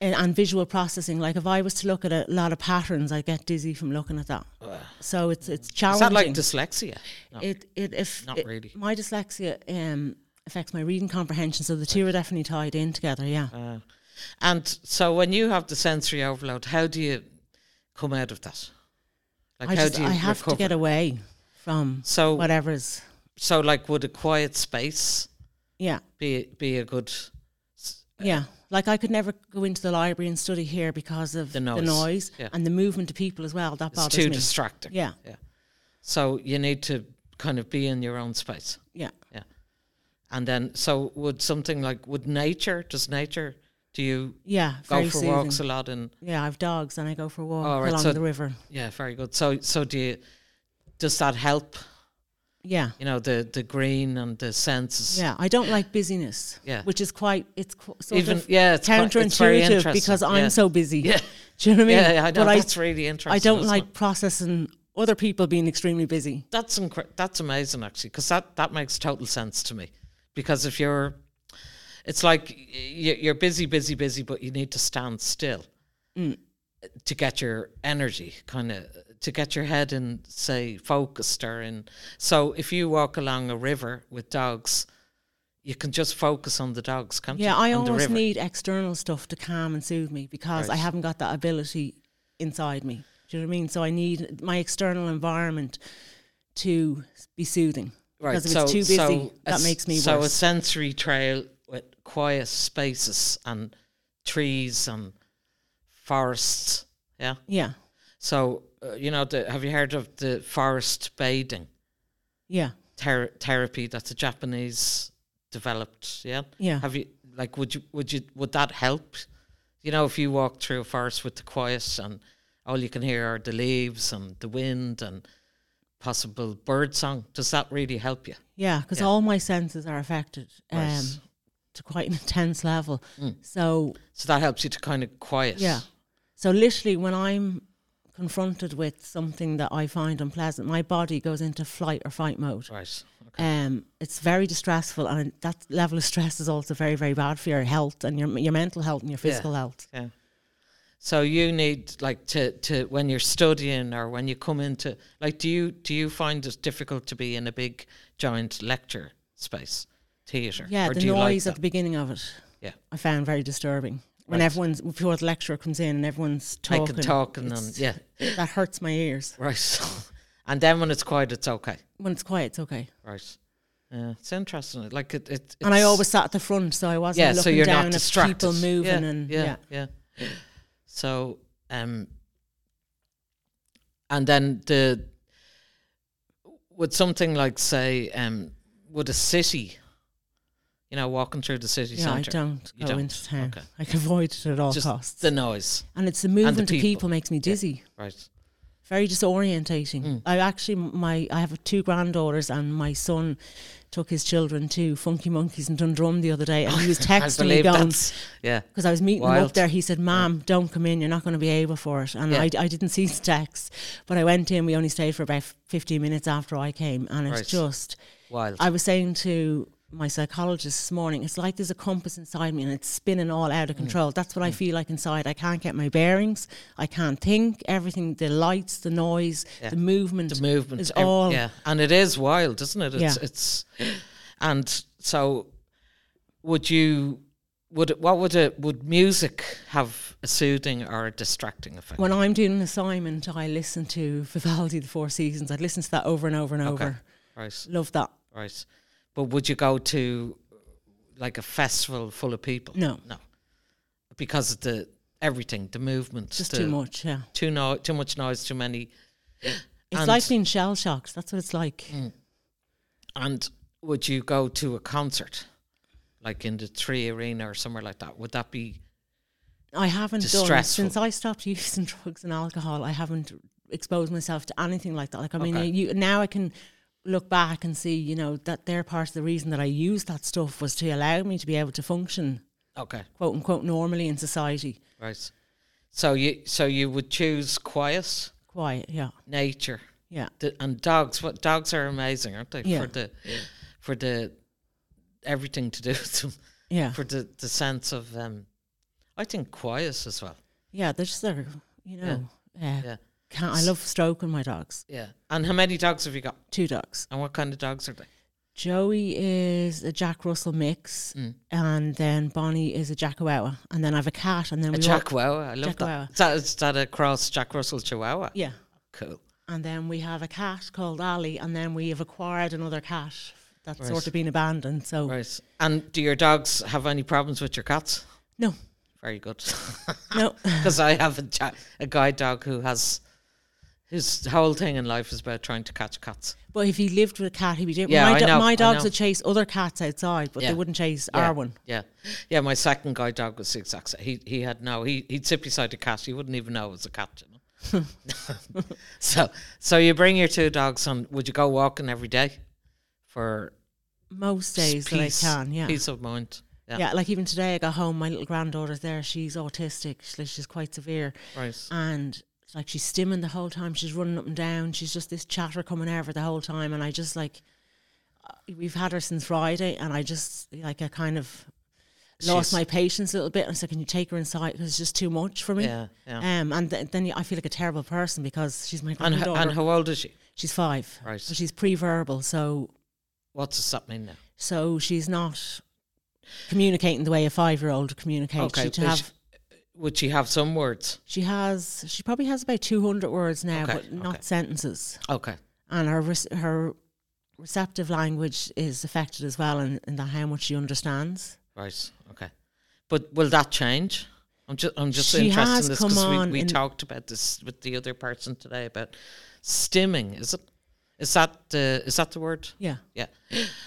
S2: and, and visual processing. Like if I was to look at a lot of patterns, I get dizzy from looking at that. So it's it's
S1: Is
S2: challenging.
S1: that like dyslexia? No.
S2: it it if
S1: Not
S2: it-
S1: really.
S2: my dyslexia um affects my reading comprehension so the two are definitely tied in together yeah
S1: Uh, and so when you have the sensory overload, how do you come out of that? Like
S2: i
S1: how
S2: just
S1: do you
S2: i have
S1: recover?
S2: to get away from
S1: so
S2: whatever's
S1: so like would a quiet space
S2: yeah
S1: be be a good
S2: yeah like i could never go into the library and study here because of
S1: The
S2: the
S1: noise,
S2: noise,
S1: yeah.
S2: and the movement of people as well that
S1: it's
S2: bothers
S1: too
S2: me
S1: distracting.
S2: yeah
S1: So you need to kind of be in your own space.
S2: yeah
S1: And then so would something like would nature does nature do you
S2: yeah
S1: go
S2: very
S1: for
S2: soothing.
S1: walks a lot and
S2: yeah i've dogs and i go for walks
S1: All right,
S2: along
S1: so-
S2: the river
S1: yeah, very good. So so do you does that help?
S2: yeah
S1: You know, the the green and the senses.
S2: yeah i don't like busyness
S1: Yeah.
S2: which is quite it's qu- sort
S1: Even
S2: of
S1: yeah, it's quite- it's very
S2: counterintuitive
S1: interesting.
S2: because i'm
S1: yeah.
S2: so busy
S1: Yeah.
S2: do you know what i mean
S1: Yeah, yeah, I know.
S2: But I
S1: that's really interesting.
S2: I don't
S1: isn't
S2: like
S1: it?
S2: processing other people being extremely busy.
S1: that's incre- that's amazing actually because that that makes total sense to me because if you're it's like y- y- you're busy busy busy but you need to stand still
S2: Mm.
S1: to get your energy kind of to get your head in say focused or in so if you walk along a river with dogs you can just focus on the dogs can't
S2: Yeah,
S1: you
S2: I
S1: On the
S2: almost
S1: river.
S2: need external stuff to calm and soothe me because I
S1: Right.
S2: haven't got that ability inside me. Do you know what I mean? So I need my external environment to be soothing. Because if it's too busy,
S1: a
S2: that
S1: s-
S2: makes me
S1: so a
S2: worse.
S1: sensory trail with quiet spaces and trees and forests. Yeah.
S2: Yeah,
S1: So uh, you know, the, have you heard of the forest bathing
S2: yeah,
S1: ther- therapy? That's a Japanese developed. Yeah.
S2: yeah.
S1: Have you like? Would you? Would you? Would that help? You know, if you walk through a forest with the quiet and all you can hear are the leaves and the wind and possible bird song, does that really help you?
S2: Yeah, because
S1: Yeah.
S2: all my senses are affected um,
S1: Right. Mm.
S2: to quite an intense level. So,
S1: So that helps you to kind of quiet.
S2: yeah. So, literally, when I'm confronted with something that I find unpleasant, my body goes into flight or fight mode.
S1: Right.
S2: Um, it's very distressful, and that level of stress is also very, very bad for your health and your your mental health and your
S1: Yeah.
S2: physical health.
S1: Yeah. So you need like to, to when you're studying or when you come into like do you do you find it difficult to be in a big giant lecture space theater?
S2: Yeah, the
S1: do you like
S2: noise at
S1: that?
S2: the beginning of it,
S1: Yeah.
S2: I found very disturbing. When
S1: Right.
S2: everyone's before the lecturer comes in and everyone's
S1: Like
S2: talking,
S1: and talking and
S2: it's-
S1: yeah,
S2: that hurts my ears.
S1: right. and then when it's quiet, it's okay,
S2: When it's quiet, it's okay.
S1: right? Yeah, it's interesting. Like it, it
S2: and I
S1: it's-
S2: always sat at the front, so I wasn't
S1: yeah,
S2: looking
S1: so you're
S2: down
S1: not
S2: at
S1: distracted.
S2: people moving
S1: yeah,
S2: and
S1: yeah,
S2: yeah.
S1: yeah, So, um, and then the would something like say, um, would a city, you know, walking through the city
S2: Yeah, I
S1: center,
S2: don't
S1: You
S2: go
S1: don't,
S2: into town.
S1: okay.
S2: I can avoid it at all
S1: Just
S2: costs.
S1: the noise,
S2: and it's the movement of
S1: people.
S2: people makes me dizzy.
S1: right?
S2: very disorientating.
S1: Mm.
S2: I actually my I have two granddaughters and my son took his children to Funky Monkeys in Dundrum the other day and he was texting me
S1: believe
S2: going
S1: that's- yeah,
S2: because I was meeting him
S1: wild.
S2: up there he said ma'am don't come in you're not going to be able for it and
S1: Yeah.
S2: I, I didn't see his text but I went in we only stayed for about 15 minutes after I came and it's
S1: Right.
S2: just
S1: wild.
S2: I was saying to my psychologist this morning, it's like there's a compass inside me and it's spinning all out of
S1: Mm.
S2: control. That's what I feel like inside. I can't get my bearings. I can't think. Everything, the lights, the noise,
S1: Yeah.
S2: the movement.
S1: the movement
S2: is
S1: ev-
S2: all-
S1: yeah and it is wild isn't it it's
S2: Yeah.
S1: it's and so would you would it- what would it would music have a soothing or a distracting effect
S2: when I'm doing an assignment, I listen to Vivaldi, The Four Seasons. I'd listen to that over and over and over.
S1: right
S2: Love that.
S1: right but would you go to like a festival full of people
S2: No.
S1: no because of the everything the movement
S2: Just
S1: the,
S2: too much, yeah.
S1: too, no, too much noise too many
S2: It's
S1: And-
S2: like being shell shocked. That's what it's like.
S1: And would you go to a concert, like in the Tree Arena or somewhere like that? Would that be
S2: I haven't done
S1: Distressful.
S2: since I stopped using drugs and alcohol. I haven't exposed myself to anything like that. Like I mean,
S1: Okay.
S2: you, now I can look back and see, you know, that they're part of the reason that I used that stuff was to allow me to be able to function,
S1: okay?
S2: quote unquote, normally in society.
S1: Right. So you so you would choose quiet
S2: Quiet, yeah,
S1: nature
S2: yeah,
S1: the, and dogs. What dogs are amazing, aren't they?
S2: Yeah.
S1: For the for the everything to do with them
S2: yeah,
S1: for the the sense of um, I think quiet as well.
S2: yeah. They're just there, you know. Yeah.
S1: Yeah.
S2: Can't, I love stroking my dogs.
S1: Yeah. And how many dogs have you got?
S2: Two dogs.
S1: And what kind of dogs are they?
S2: Joey is a Jack Russell mix,
S1: Mm.
S2: and then Bonnie is a Jackawawa, and then I have a cat, and then
S1: A
S2: we
S1: Jack
S2: All,
S1: Wow. I love
S2: Jack
S1: that. Is that. Is that a cross Jack Russell Chihuahua?
S2: yeah.
S1: Cool.
S2: and then we have a cat called Ali, and then we have acquired another cat that's
S1: Right.
S2: sort of been abandoned. So
S1: Right. And do your dogs have any problems with your cats?
S2: no,
S1: Very good.
S2: no,
S1: because I have a, ja- a guide dog who has his whole thing in life is about trying to catch cats.
S2: but if he lived with a cat, he'd be doing.
S1: Yeah,
S2: my,
S1: I know, I
S2: my dogs
S1: know.
S2: would chase other cats outside, but
S1: Yeah.
S2: they wouldn't chase
S1: Yeah,
S2: our one.
S1: Yeah, yeah. My second guide dog was the exact same. He he had no. He he'd sit beside a cat. He wouldn't even know it was a cat. You know? so so you bring your two dogs on. Would you go walking every day for
S2: Most days
S1: peace,
S2: that I can, yeah.
S1: peace of mind? Yeah.
S2: yeah, like even today, I got home. My little granddaughter's there. She's autistic. She's, she's quite severe,
S1: Right.
S2: and it's like she's stimming the whole time. She's running up and down. She's just this chatter coming over the whole time, and I just like uh, we've had her since Friday, and I just like I kind of lost
S1: She's-
S2: my patience a little bit. And I said, "Can you take her inside? Because it's just too much for me."
S1: Yeah. Yeah.
S2: Um, and th- then I feel like a terrible person because she's my
S1: and ho-
S2: granddaughter.
S1: and how old is she?
S2: she's five,
S1: Right.
S2: But she's pre-verbal, so
S1: What does that mean now?
S2: so she's not communicating the way a five-year-old communicates.
S1: Okay,
S2: She'd
S1: is
S2: have
S1: she- Would she have some words?
S2: She has. She probably has about two hundred words now,
S1: Okay,
S2: but not
S1: okay.
S2: sentences.
S1: Okay.
S2: And her rec- her receptive language is affected as well, in, in the how much she understands.
S1: Right. Okay. But will that change? I'm just I'm just
S2: She
S1: interested
S2: has
S1: in this
S2: come
S1: because
S2: on
S1: we, we
S2: in-
S1: talked about this with the other person today about stimming. Is it? Is that the is that the word?
S2: Yeah.
S1: Yeah.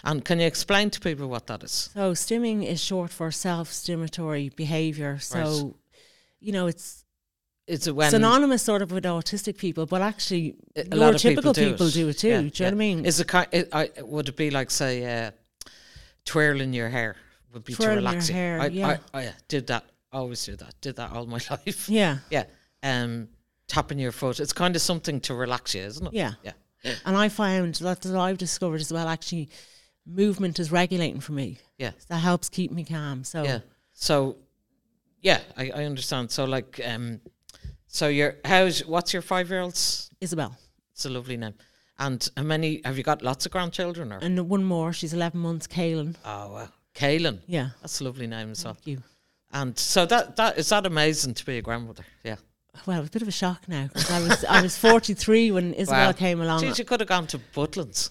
S1: And can you explain to people what that is?
S2: So stimming is short for self-stimulatory behavior. So, you know, it's
S1: Is it when
S2: synonymous sort of with autistic people, but actually,
S1: a
S2: neurotypical
S1: lot of people do
S2: people
S1: it.
S2: do it too.
S1: Yeah,
S2: do you
S1: yeah.
S2: know what I mean?
S1: is it kind? It, I, would it be like say uh, twirling your hair would be
S2: Twirling
S1: too
S2: your
S1: relaxing?
S2: hair,
S1: I,
S2: yeah.
S1: I, I did that. Always do that. Did that all my life.
S2: yeah.
S1: Yeah. Um, tapping your foot. It's kind of something to relax you, isn't it?
S2: Yeah.
S1: Yeah.
S2: And I found that that I've discovered as well. Actually, movement is regulating for me.
S1: Yeah.
S2: That helps keep me calm. So.
S1: Yeah. So, yeah, I, I understand. So, like, um, so your how's what's your five year old's?
S2: Isabel.
S1: It's a lovely name. And how many have you got? Lots of grandchildren, or
S2: And one more, she's 11 months, Kaylin.
S1: oh, wow. Kaylin.
S2: Yeah.
S1: That's a lovely name as well.
S2: Thank you.
S1: And so that that is that amazing to be a grandmother. Yeah.
S2: Well, it was a bit of a shock now 'cause I was I was 43 when Isabel
S1: Wow.
S2: came along,
S1: Geez, you could have gone to Butlands.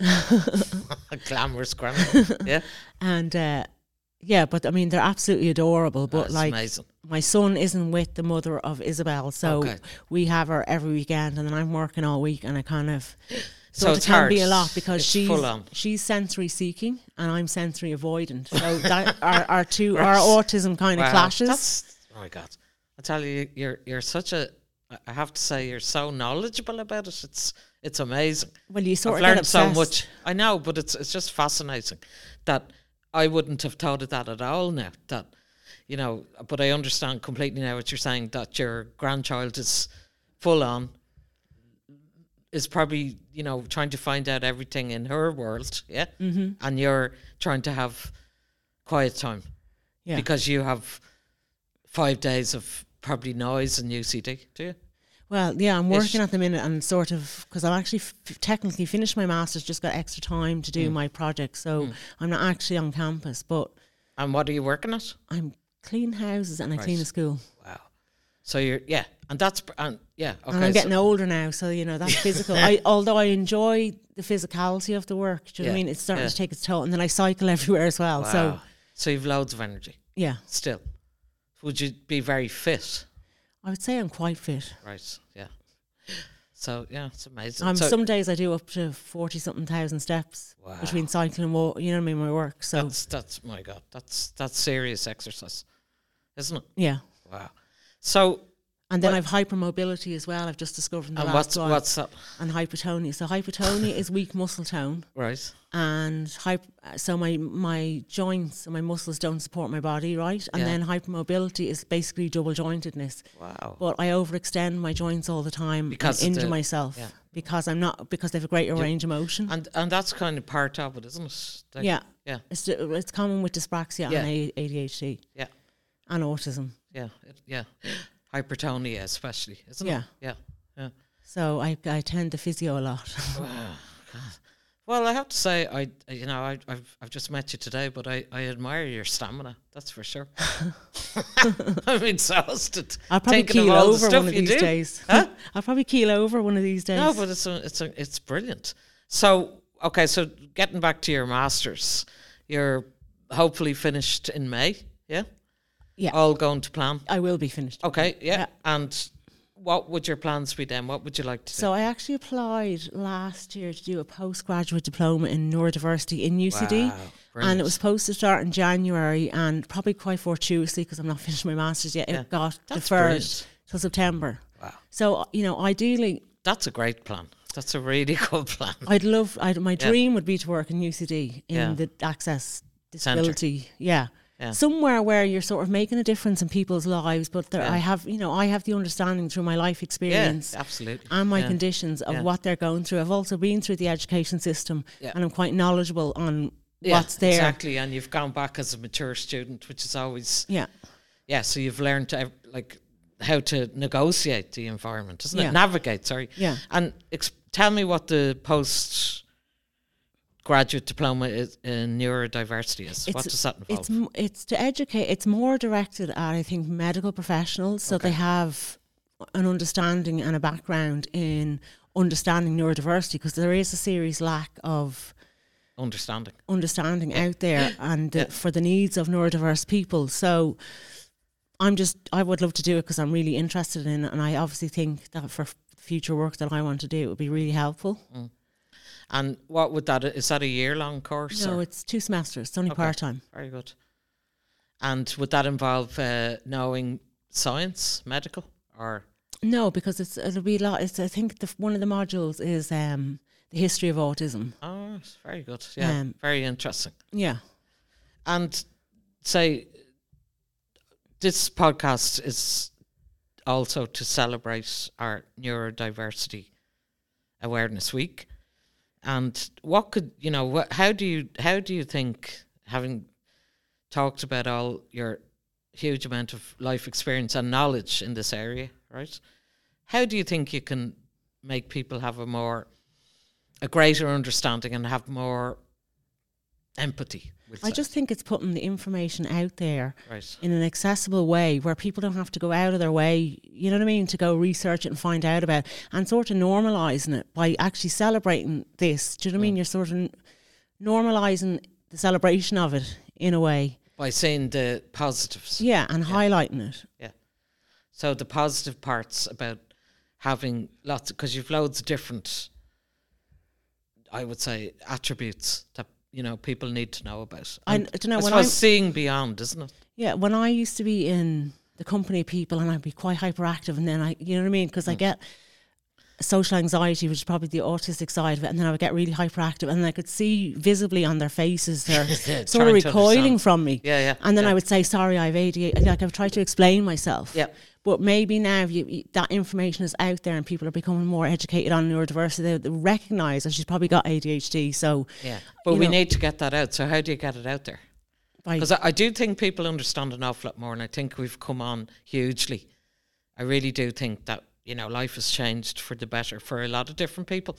S1: a glamorous grandmother. Yeah.
S2: and uh, yeah, but I mean they're absolutely adorable. But
S1: That's
S2: like
S1: amazing.
S2: my son isn't with the mother of Isabel, so
S1: Okay.
S2: we have her every weekend, and then I'm working all week, and I kind of
S1: So
S2: sort of
S1: it's
S2: can
S1: hard.
S2: be a lot because
S1: It's
S2: she's
S1: full on.
S2: she's sensory seeking and I'm sensory avoidant, so that our, our two our autism kind of
S1: Wow,
S2: clashes.
S1: That's, oh my god! I tell you, you're you're such a. I- I have to say, you're so knowledgeable about it. It's it's amazing.
S2: well, you sort
S1: I've
S2: of get
S1: learned so
S2: obsessed.
S1: much. I know, but it's it's just fascinating that I wouldn't have thought of that at all. Now that you know, but I understand completely now what you're saying. That your grandchild is full on. Is probably you know trying to find out everything in her world, yeah, mm-hmm. and you're trying to have quiet time
S2: Yeah.
S1: because you have five days of probably noise and UCD, do you?
S2: Well, yeah, I'm
S1: Ish.
S2: working at the minute and sort of because I'm actually f- technically finished my masters, just got extra time to do
S1: Mm.
S2: my project, so I'm not actually on campus, but
S1: And what are you working at?
S2: I'm clean houses and I clean the school,
S1: Wow. So you're yeah, and that's pr- and yeah, okay.
S2: and I'm
S1: so-
S2: getting older now, so you know that's physical. I, although I enjoy the physicality of the work, do you know what I
S1: Yeah,
S2: mean? It's starting
S1: yeah.
S2: to take its toll, and then I cycle everywhere as well. So
S1: Wow. so you've loads of energy
S2: yeah,
S1: still. Would you be very fit?
S2: I would say I'm quite fit.
S1: Right. Yeah. So yeah, it's amazing.
S2: Um,
S1: so,
S2: some days I do up to forty something thousand steps
S1: Wow.
S2: between cycling and walk. You know what I mean? My work. So
S1: that's that's my god, that's that's serious exercise, isn't it?
S2: yeah,
S1: Wow. So
S2: and then
S1: What-
S2: I've hypermobility as well. I've just discovered in the
S1: and
S2: last
S1: what's
S2: while.
S1: what's that?
S2: and hypertonia. So hypertonia is weak muscle tone,
S1: Right.
S2: and hyp- uh, so my my joints and my muscles don't support my body, right? And
S1: Yeah.
S2: then hypermobility is basically double jointedness.
S1: Wow.
S2: But I overextend my joints all the time
S1: Because of
S2: and injure
S1: the-
S2: myself
S1: yeah.
S2: because I'm not because they have a greater range of motion.
S1: and and that's kind of part of it, isn't it? Like-
S2: yeah,
S1: Yeah.
S2: it's it's common with dyspraxia
S1: Yeah.
S2: and A- ADHD
S1: Yeah.
S2: and autism.
S1: Yeah. It, yeah. Hypertonia, especially, isn't
S2: Yeah.
S1: it? Yeah. Yeah.
S2: So I I attend the physio a lot.
S1: Wow. God. Well, I have to say, I you know, I, I've I've just met you today, but I, I admire your stamina. That's for sure. I'm exhausted.
S2: I'll probably
S1: thinking of
S2: keel
S1: all the
S2: over
S1: stuff
S2: one of
S1: you
S2: these
S1: do.
S2: days.
S1: Huh?
S2: I'll probably keel over one of these days.
S1: No, but it's a, it's a, it's brilliant. So okay, so getting back to your masters, you're hopefully finished in May. Yeah.
S2: Yeah.
S1: All going to plan.
S2: I will be finished.
S1: Okay. Yeah.
S2: Yeah.
S1: And what would your plans be then? What would you like to do?
S2: So I actually applied last year to do a postgraduate diploma in neurodiversity in UCD.
S1: Wow,
S2: And
S1: brilliant.
S2: it was supposed to start in January, and probably quite fortuitously because I'm not finished my masters yet. It got
S1: That's
S2: deferred
S1: brilliant.
S2: till September.
S1: Wow.
S2: So uh, you know, ideally,
S1: That's a great plan. That's a really good plan.
S2: I'd love. I'd, my dream would be to work in UCD in
S1: Yeah.
S2: the access disability. Yeah.
S1: Yeah.
S2: Somewhere where you're sort of making a difference in people's lives, but there,
S1: Yeah.
S2: I have, you know, I have the understanding through my life
S1: Yeah,
S2: experience
S1: absolutely.
S2: and my
S1: yeah.
S2: conditions of
S1: Yeah.
S2: what they're going through. I've also been through the education system
S1: Yeah.
S2: and I'm quite knowledgeable on
S1: Yeah,
S2: what's there.
S1: exactly and you've gone back as a mature student which is always
S2: Yeah.
S1: yeah so you've learned to ev- like how to negotiate the environment isn't
S2: Yeah.
S1: it navigate sorry
S2: Yeah.
S1: and ex- tell me what the post graduate diploma is in neurodiversity is what does that involve
S2: It's, m- it's to educate, it's more directed at, I think, medical professionals. So they have an understanding and a background in understanding neurodiversity because there is a serious lack of
S1: understanding
S2: understanding out there and uh, for the needs of neurodiverse people. So I'm just, I would love to do it because I'm really interested in it. And I obviously think that for f- future work that I want to do, it would be really helpful.
S1: Mm-hmm. and what would that is that a year long course
S2: No,
S1: or-
S2: it's two semesters, it's only
S1: Okay.
S2: part time.
S1: very good and would that involve uh, knowing science medical or
S2: No, because it's, it'll be a lot. It's, I think the, f- one of the modules is um, the history of autism.
S1: oh it's very good yeah
S2: Um,
S1: very interesting
S2: Yeah.
S1: and say this podcast is also to celebrate our neurodiversity awareness week and what could you know what, how do you how do you think having talked about all your huge amount of life experience and knowledge in this area right how do you think you can make people have a more a greater understanding and have more empathy we'll
S2: I
S1: say,
S2: just think it's putting the information out there
S1: right
S2: in an accessible way where people don't have to go out of their way, you know what I mean, to go research it and find out about it and sort of normalizing it by actually celebrating this. Do you know what I mean? You're sort of normalizing the celebration of it in a way.
S1: by saying the positives.
S2: Yeah, and highlighting it.
S1: So the positive parts about having lots, because you've loads of different, I would say, attributes that you know people need to know about.
S2: I
S1: And
S2: don't know,
S1: I
S2: when
S1: suppose
S2: I'm-
S1: seeing beyond, isn't it?
S2: Yeah, when I used to be in the company of people and I'd be quite hyperactive, and then I, you know what I mean?
S1: Mm.
S2: Because I get social anxiety, which is probably the autistic side of it, and then I would get really hyperactive, and I could see visibly on their faces they're sort of
S1: Trying to
S2: recoiling
S1: understand.
S2: from me.
S1: Yeah, yeah,
S2: And then
S1: yeah.
S2: I would say, "Sorry, I've ADHD." Like I've tried to explain myself.
S1: Yeah.
S2: But maybe now you, you- that information is out there, and people are becoming more educated on neurodiversity. They, they recognise that she's probably got ADHD. So
S1: Yeah. But
S2: You
S1: we
S2: know-
S1: need to get that out. So how do you get it out there?
S2: by
S1: Because I, I do think people understand an awful lot more, and I think we've come on hugely. I really do think that you know life has changed for the better for a lot of different people.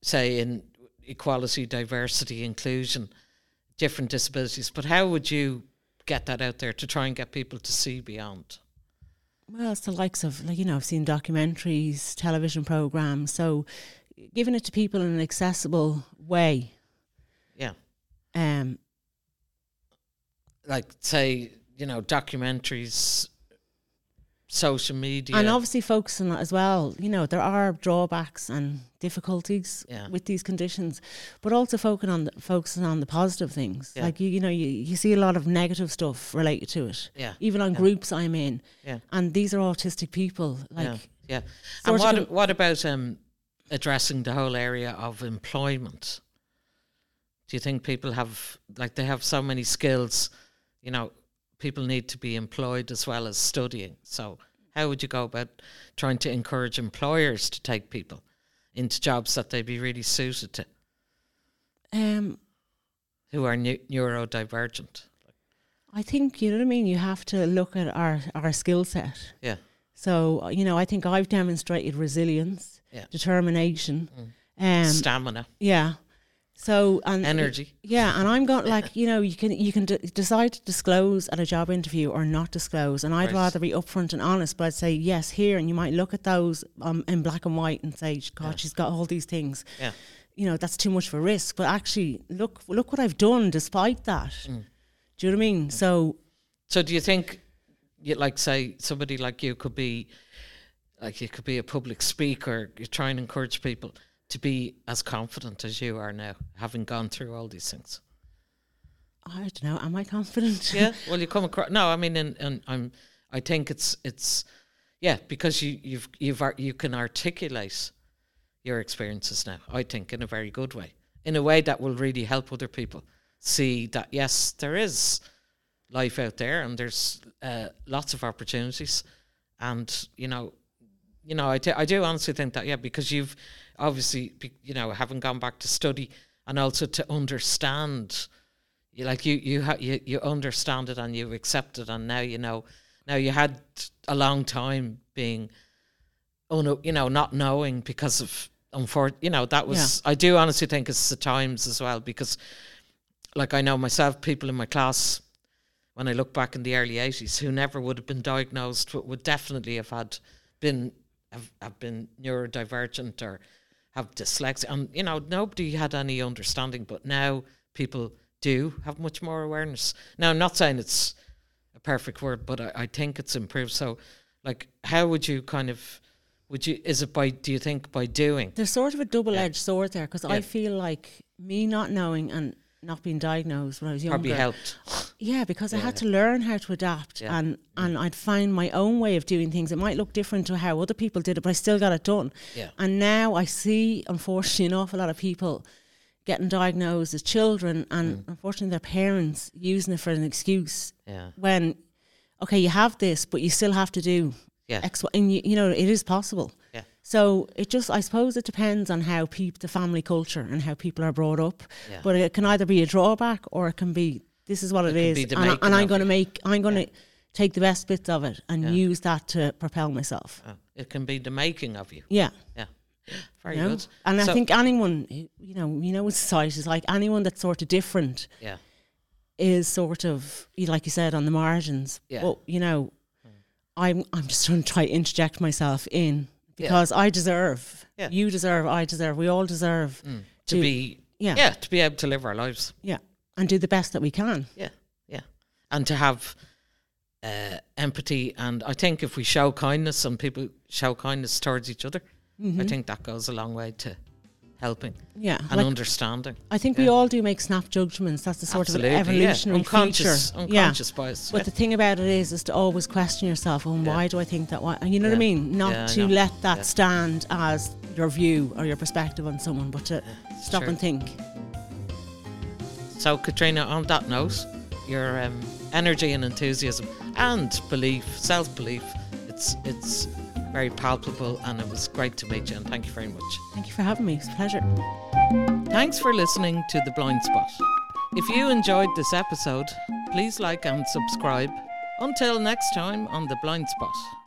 S1: Say in equality, diversity, inclusion, different disabilities. But how would you get that out there to try and get people to see beyond?
S2: Well, it's the likes of, like, you know, I've seen documentaries, television programs. So giving it to people in an accessible way.
S1: Yeah,
S2: Um,
S1: like say you know documentaries, social media.
S2: And obviously, focusing on that as well. You know, there are drawbacks and difficulties
S1: Yeah.
S2: with these conditions, but also focusing on the, focusing on the positive things.
S1: Yeah.
S2: Like you, you know, you, you see a lot of negative stuff related to it.
S1: Yeah.
S2: Even on groups I'm in,
S1: Yeah.
S2: and these are autistic people. Like
S1: yeah, yeah.
S2: sort
S1: And
S2: of
S1: what
S2: com-
S1: what about um, addressing the whole area of employment? Do you think people have like they have so many skills? You know, people need to be employed as well as studying. So how would you go about trying to encourage employers to take people into jobs that they'd be really suited to,
S2: um,
S1: who are neu- neurodivergent?
S2: I think you know what I mean. You have to look at our our skill set.
S1: Yeah,
S2: So uh, you know, I think I've demonstrated resilience,
S1: Yeah. Mm.
S2: determination, um,
S1: stamina,
S2: yeah. So and
S1: energy.
S2: Yeah, and I'm going like you know you can you can d- decide to disclose at a job interview or not disclose, and I'd
S1: Right.
S2: rather be upfront and honest. But I'd say yes here, and you might look at those um, in black and white and say, "God, she's got all these things."
S1: Yeah.
S2: you know that's too much of a risk. But actually, look look what I've done despite that.
S1: Mm.
S2: Do you know what I mean? So
S1: So do you think, you like say somebody like you could be, like you could be a public speaker? You try and encourage people to be as confident as you are now, having gone through all these things.
S2: I don't know. Am I confident?
S1: Yeah. well, you come across. No, I mean, and, and I'm. I think it's it's, yeah, because you you've you've ar- you can articulate your experiences now. I think in a very good way, in a way that will really help other people see that yes, there is life out there, and there's uh, lots of opportunities, and you know. You know, I, t- I do honestly think that, yeah, because you've obviously, be- you know, having gone back to study and also to understand you like you you ha- you you understand it and you accept it and now you know now you had a long time being oh no you know not knowing because of unfor- you know that was I do honestly think it's the times as well because like I know myself people in my class when I look back in the early 80s who never would have been diagnosed but would definitely have had been have, have been neurodivergent or have dyslexia and you know nobody had any understanding but now people do have much more awareness now I'm not saying it's a perfect word but I, I think it's improved so like how would you kind of would you is it by do you think by doing
S2: There's sort of a double-edged sword there because
S1: Yeah.
S2: I feel like me not knowing and not being diagnosed when I was younger
S1: probably helped
S2: Yeah, because I had to learn how to adapt
S1: Yeah.
S2: and, and I'd find my own way of doing things. It might look different to how other people did it, but I still got it done.
S1: Yeah.
S2: And now I see, unfortunately, an awful lot of people getting diagnosed as children and
S1: Mm.
S2: unfortunately their parents using it for an excuse
S1: yeah
S2: when, okay, you have this, but you still have to do
S1: yeah
S2: X, Y, and you, you know, it is possible.
S1: Yeah.
S2: So it just, I suppose it depends on how people, the family culture and how people are brought up.
S1: Yeah.
S2: But it can either be a drawback or it can be, this is what it
S1: can
S2: is.
S1: be the
S2: and, I,
S1: making
S2: and I'm
S1: of
S2: going to make, I'm going to take the best bits of it and use that to propel myself.
S1: Oh, it can be the making of you
S2: Yeah.
S1: Yeah. Very
S2: you know?
S1: good.
S2: And
S1: So-
S2: I think anyone, who- you know, you know, with society is like anyone that's sort of different
S1: Yeah.
S2: is sort of, you- like you said, on the margins.
S1: Yeah. Hmm.
S2: But, you know, I'm, I'm just trying to try to interject myself in because I deserve,
S1: Yeah.
S2: you deserve, I deserve, we all deserve
S1: To be
S2: yeah.
S1: yeah, to be able to live our lives.
S2: Yeah. And do the best that we can.
S1: Yeah. Yeah. And to have uh, empathy and I think if we show kindness and people show kindness towards each other, I think that goes a long way to helping
S2: Yeah.
S1: and
S2: like,
S1: understanding.
S2: I think we all do make snap judgments. That's the sort
S1: Absolutely.
S2: of evolutionary
S1: yeah. unconscious
S2: feature.
S1: unconscious bias.
S2: But
S1: Yeah.
S2: the thing about it is, is to always question yourself, and why do I think that? Why, you know what I
S1: Yeah.
S2: mean? Not
S1: Yeah, I
S2: to
S1: know.
S2: let that
S1: Yeah.
S2: stand as your view or your perspective on someone, but to stop
S1: true.
S2: and think.
S1: So, Katrina, on that note, your um, energy and enthusiasm and belief, self belief, it's it's very palpable, and it was great to meet you. And thank you very much.
S2: Thank you for having me. It's a pleasure.
S1: Thanks for listening to The Blind Spot. If you enjoyed this episode, please like and subscribe. Until next time on The Blind Spot.